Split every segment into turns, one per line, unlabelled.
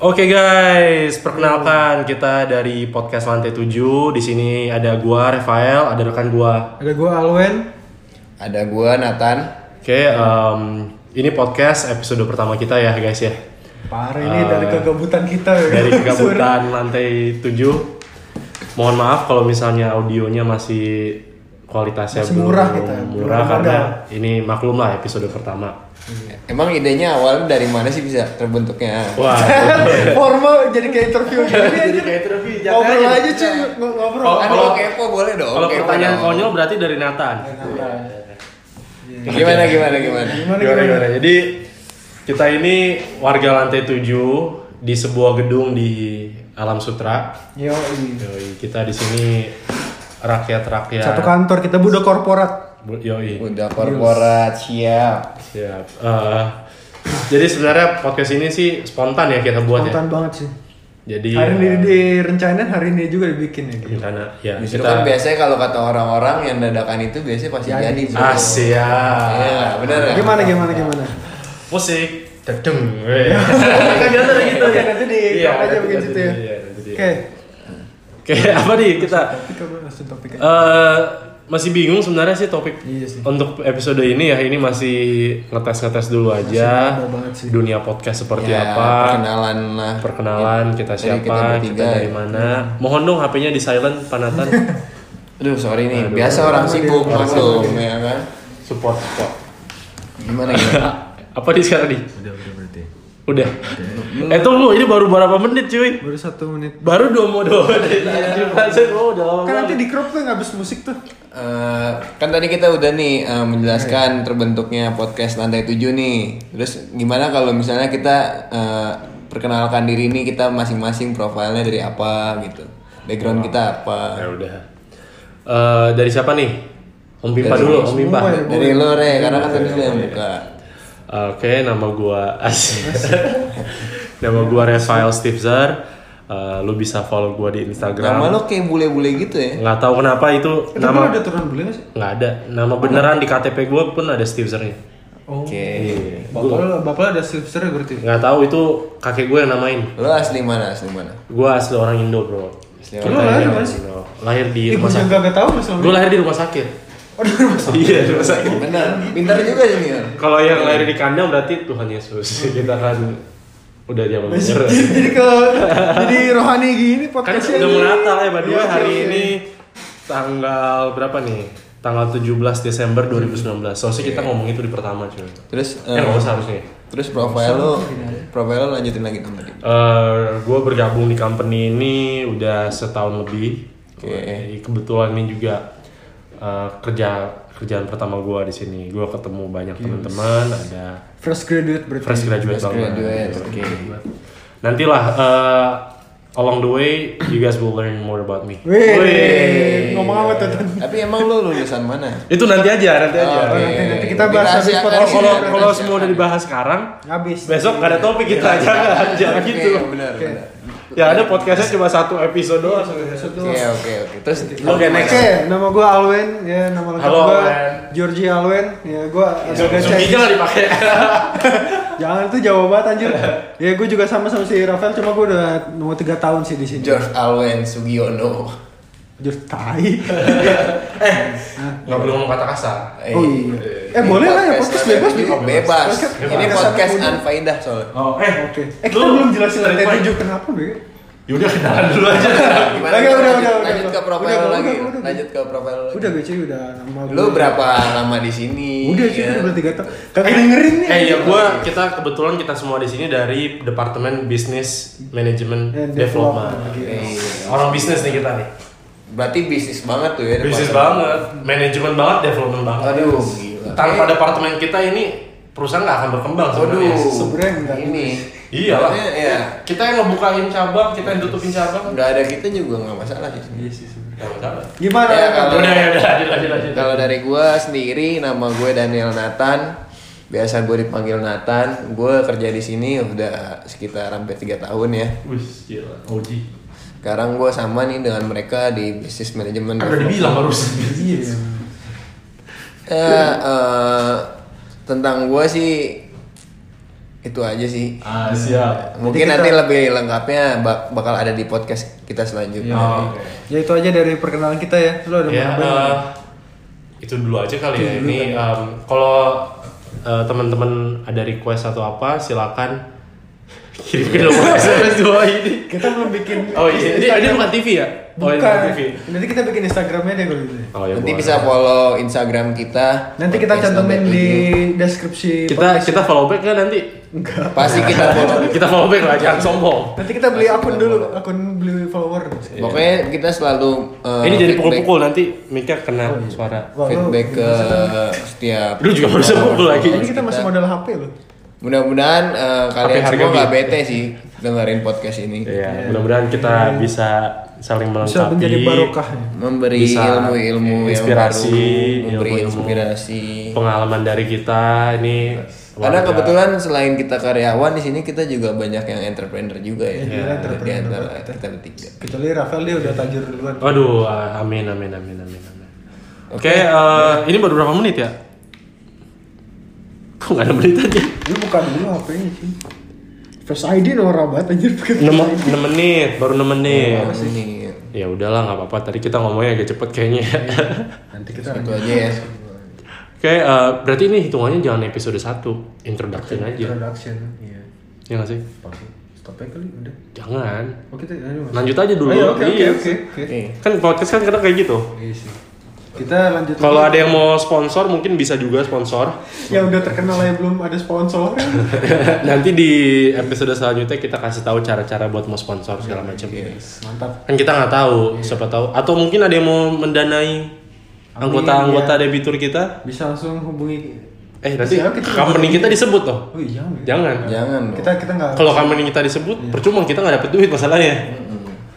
Oke guys, perkenalkan kita dari podcast Lantai 7. Di sini ada gua Rafael, ada rekan gua.
Ada gue Alwen.
Ada gua Nathan.
Oke, em, ini podcast episode pertama kita ya guys ya.
Parah ini dari kegabutan kita ya.
Eh, Dari kegabutan Lantai 7. Mohon maaf kalau misalnya audionya masih kualitasnya
Masih murah
belum
kita ya, belum
murah
ada.
karena ini maklum lah episode pertama.
Iya. Emang idenya awalnya dari mana sih bisa terbentuknya?
Wah,
Formal jadi kayak interview
Iya,
gini aja.
kayak interview, jangan
Ngobrol
aja.
aja cuy, ng- ngobrol.
Oh.
Kan
kalau-
kalau kepo boleh dong.
Kalau
kepo
pertanyaan
dong.
konyol berarti dari Nathan.
Gimana gimana gimana?
Gimana
Gimana,
gimana?
gimana? Jadi kita ini warga lantai 7 di sebuah gedung di Alam Sutra.
Yo,
Yoi, kita di sini rakyat-rakyat.
satu kantor kita budak korporat.
Bu- Yoi.
Udah korporat siap.
Siap. Eh, jadi sebenarnya podcast ini sih spontan ya kita buat ya.
Kontan banget sih.
Jadi
Hari ini
eh,
direncanain hari ini juga dibikin ya. gitu.
rencana ya
Justru kan
kita
biasanya kalau kata orang-orang yang dadakan itu biasanya pasti
Jadi.
jadi.
Ah.
bro.
Asia.
Iya, bener ya?
Gimana gimana gimana?
Musik. Dedeng. weh. Kan biasa gitu
Oke, nanti di
Iya,
aja
nanti-
bikin
nanti
situ
di-
ya.
iya, nanti di-
Oke.
Oke, apa nih kita?
Kita langsung topik. aja.
eh masih bingung sebenarnya sih topik
Iya sih.
untuk episode ini ya ini masih ngetes ngetes dulu aja
ada banget sih.
dunia podcast seperti
Ya,
apa
Perkenalan lah.
perkenalan kita
Jadi
siapa
kita
kita,
bertiga
dari
ya.
mana mohon dong HP-nya di silent panatan
Aduh sorry nih, biasa orang sibuk maklum ya kan.
support support
Gimana gimana?
apa nih sekarang nih udah udah berarti udah eh tunggu ini baru berapa menit cuy
Baru satu menit.
baru dua mau dua menit
Iya,
Anjir, oh, udah lama
Kan nanti
banget.
di crop tuh nggak habis musik tuh.
Eh, kan tadi kita udah nih eh, menjelaskan terbentuknya podcast lantai 7 nih. Terus gimana kalau misalnya kita eh, perkenalkan diri nih kita masing-masing profilnya dari apa gitu. Background kita apa?
ya udah Eh, dari siapa nih Om Pimpa dulu Om Pimpa
semua ya.
Dari lo Re, karena kan tadi lo yang buka.
Oke, nama gua asik. nama gua Rafael Stipzer. Eh, lu bisa follow gua di
Nama
Instagram.
lo kayak bule-bule gitu ya.
Nggak tahu kenapa itu
Tapi kan
nama
ada turun beli nggak sih?
nggak ada. Nama beneran di KTP gua pun ada Stipzernya.
Oh.
Oke.
Bapak lo, bapak lo ada silver ya berarti.
Nggak tahu itu kakek gue yang namain.
Lo asli mana? Asli mana?
Gua asli orang Indo, Bro.
Asli
Lo lahir di mana sih?
Indo. Lahir di
Ih,
rumah
gue
sakit.
juga nggak tahu masalah.
Gua lahir di rumah sakit.
Oh, di rumah sakit.
Iya, di rumah sakit.
Benar, pintar juga senior.
Kalau yang lahir di kandang berarti Tuhan Yesus. Kita kan udah zaman bener.
jadi ke jadi rohani gini
Kan
podcastnya
udah
ini.
mau Natal ya, by the way,
Iya, oke,
hari
oke.
ini tanggal berapa nih? Tanggal 17 Desember 2019. Soalnya
Iya.
kita ngomong itu di pertama cuy.
Terus
Eh,
eh,
nggak usah harusnya.
terus profil lo profil lo lanjutin lagi tuh tadi.
gue Eh, bergabung di company ini udah setahun lebih. Jadi Kebetulan ini juga eh, kerja kerjaan pertama gue di sini. Gue ketemu banyak teman-teman, ada
fresh graduate berarti
fresh graduate
Fresh
banget.
graduate,
Fresh
oke.
graduate. Nantilah eh, along the way you guys will learn more about me.
Wih,
Wih.
ngomong apa tuh Tan?
Tapi emang lo lulusan mana?
Itu nanti aja, nanti aja.
Oke.
nanti- nanti kita bahas habis
Dirahasiakan
Kalau
podcast
kalau
ini.
kalau semua udah dibahas sekarang,
habis Iya.
besok gak ada topik kita jangan jangan
Oke,
gitu.
Benar, benar.
Ya ada podcastnya cuma satu episode doang.
Oke, oke, oke. Terus
Oke,
Oke,
Iya. next.
nama gue Alwen, ya nama lengkap
Halo,
gue
Alwen. Iya,
Georgie Alwen, ya gue agak
Zoom-nya
Chinese.
nggak dipakai.
Jangan itu jauh banget anjir. ya gue juga sama sama si Rafael, cuma gue udah mau tiga tahun sih di sini.
George Alwen Sugiono.
George tai.
Nggak boleh ngomong kata kasar.
Eh,
Oh iya. Eh
ini
boleh lah ya
podcast
podcast bebas
ini
gitu.
bebas. Ini
Podcast
podcast
anak muda.
anfaidah soalnya.
Oh, eh,
Oke. Eh kita belum jelasin lantai tujuh kenapa bego.
Yaudah Ya kenalan dulu aja.
Gimana?
Oke, udah, udah,
lanjut,
udah,
lanjut
udah.
ke profil
Udah, udah,
lagi.
udah, udah.
lanjut ke profil lagi.
Udah gue cuy udah nama gue.
Lu berapa lama di sini?
Udah cuy
Ya.
udah berarti gatel. Kagak dengerin nih.
Iya. Eh ya gua kita kebetulan kita semua di sini dari Departemen Business Management
And
Development.
Eh,
Eh, iya.
Development.
Oke.
Orang bisnis nih kita nih.
Berarti bisnis banget tuh ya.
Bisnis
depan.
banget, manajemen banget, development banget.
Aduh, gila.
Tanpa departemen kita ini perusahaan nggak akan berkembang
Waduh,
sebenarnya.
Sebenarnya enggak.
Ini.
Iyalah.
Soalnya, Ya,
Kita yang ngebukain cabang, kita yang tutupin cabang.
nggak ada kita juga nggak masalah sih.
Iya sih sebenarnya.
Ya udah.
Gimana?
Ya,
Kak?
kalau-
Udah, ya udah, lanjut, lanjut, lanjut.
Kalau dari gue sendiri, nama gue Daniel Nathan. Biasa gue dipanggil Nathan. Gue kerja di sini udah sekitar hampir tiga tahun ya.
Wih, gila. OG.
Sekarang gue sama nih dengan mereka di bisnis manajemen.
Kan udah dibilang harus. Iya.
Ya, eh, tentang gue sih itu aja sih.
Ah, siap.
Mungkin
kita-
nanti lebih lengkapnya bak- bakal ada di podcast kita selanjutnya.
Oh, oke.
Ya itu aja dari perkenalan kita ya. Lu ada
ya
mau nambahin?
eh, itu dulu aja kali ya ini em, kalau eh, teman-teman ada request atau apa silakan kirimkan nomor SMS dua ini
Kita belum bikin
oh iya ini, ini bukan TV ya oh, ini
bukan.
TV
Nanti kita bikin Instagramnya deh kalau gitu.
oh, ya,
Nanti
boleh.
bisa follow Instagram kita.
Nanti kita
Podcast
cantumin
Lantai
di
Tujuh.
deskripsi.
kita kita follow back kan nanti
Enggak.
pasti kita follow.
kita follow back lah jangan sombong
Nanti kita beli akun dulu, akun beli follower.
Pokoknya kita selalu eh,
Iya. ini jadi
feedback-
pukul-pukul nanti mic-nya kena suara
Wah, lu-
feedback ke setiap
lu juga baru pukul lagi
Ini kita masih modal HP loh.
mudah-mudahan eh, kalian
harga
semua nggak
bi-
bete sih dengerin podcast ini
Iya, mudah-mudahan kita bisa saling
Bisa
melengkapi
menjadi barokahnya.
memberi
Bisa
ilmu-ilmu yang
inspirasi,
baru, memberi
ilmu-ilmu.
inspirasi
pengalaman dari kita ini
karena
warga.
kebetulan selain kita karyawan di sini kita juga banyak yang entrepreneur juga ya
Iya,
di
entrepreneur
antara kita bertiga
Kecuali Rafael dia udah tajir duluan.
Waduh, ah, amin, amin, amin, amin, amin. Oke, eh, ini baru berapa menit ya? Kok nggak ada menit aja?
Lu buka dulu HP-nya sih. Face ID nomor banget anjir
6,
pakai
menit, baru 6 menit.
ini
Ya udahlah, nggak apa-apa. Tadi kita ngomongnya agak cepet kayaknya. ya.
Nanti kita
itu aja ya
Oke, eh, berarti ini hitungannya jangan episode 1 introduction aja.
introduction. Iya.
Ya nggak sih?
Stop aja kali udah.
Jangan.
Oke, kita ayo, Mas.
Lanjut aja dulu.
Ayo, Oh, Oke, oke,
Iya.
oke, oke.
Oke.
Kan podcast kan kadang kayak gitu.
Iya sih. Kita lanjut.
Kalau ada
lagi.
yang mau sponsor, mungkin bisa juga sponsor.
yang Ya, udah terkenal aja belum ada sponsor.
Nanti di episode selanjutnya kita kasih tahu cara-cara buat mau sponsor segala
Iya,
macam.
Mantap.
Kan kita nggak tahu,
Iya.
siapa tahu. Atau mungkin ada yang mau mendanai anggota-anggota
iya.
debitur kita.
Bisa langsung hubungi.
Eh nanti
Siapa kita?
company kita disebut loh.
Oh iya. iya.
Jangan.
jangan dong.
Kita kita nggak.
Kalau company kita
Iya.
disebut, percuma kita nggak dapet duit masalahnya.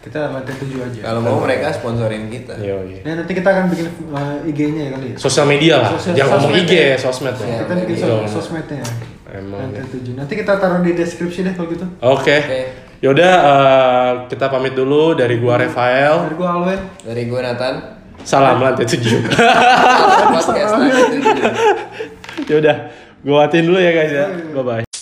Kita lantai tujuh aja.
kalau mau mereka sponsorin kita
Yoi.
Nah, nanti kita akan bikin uh, IG-nya ya kali ya.
Iya, Sosial media lah.
Sosial-
Jangan ngomong
sosmed
IG,
ya.
sosmed ya.
Kita bikin
Betul.
sos- sosmednya ya.
Emang.
Lantai tujuh. Nanti kita taruh di deskripsi deh kalau gitu.
Oke.
Oke.
Yaudah, eh, kita pamit dulu dari gua Rafael.
Dari gua Alwen.
dari gue Nathan
Salam lantai tujuh.
podcast Lantai Tujuh.
Iya.
Yaudah, gua matiin dulu ya guys ya. Bye bye.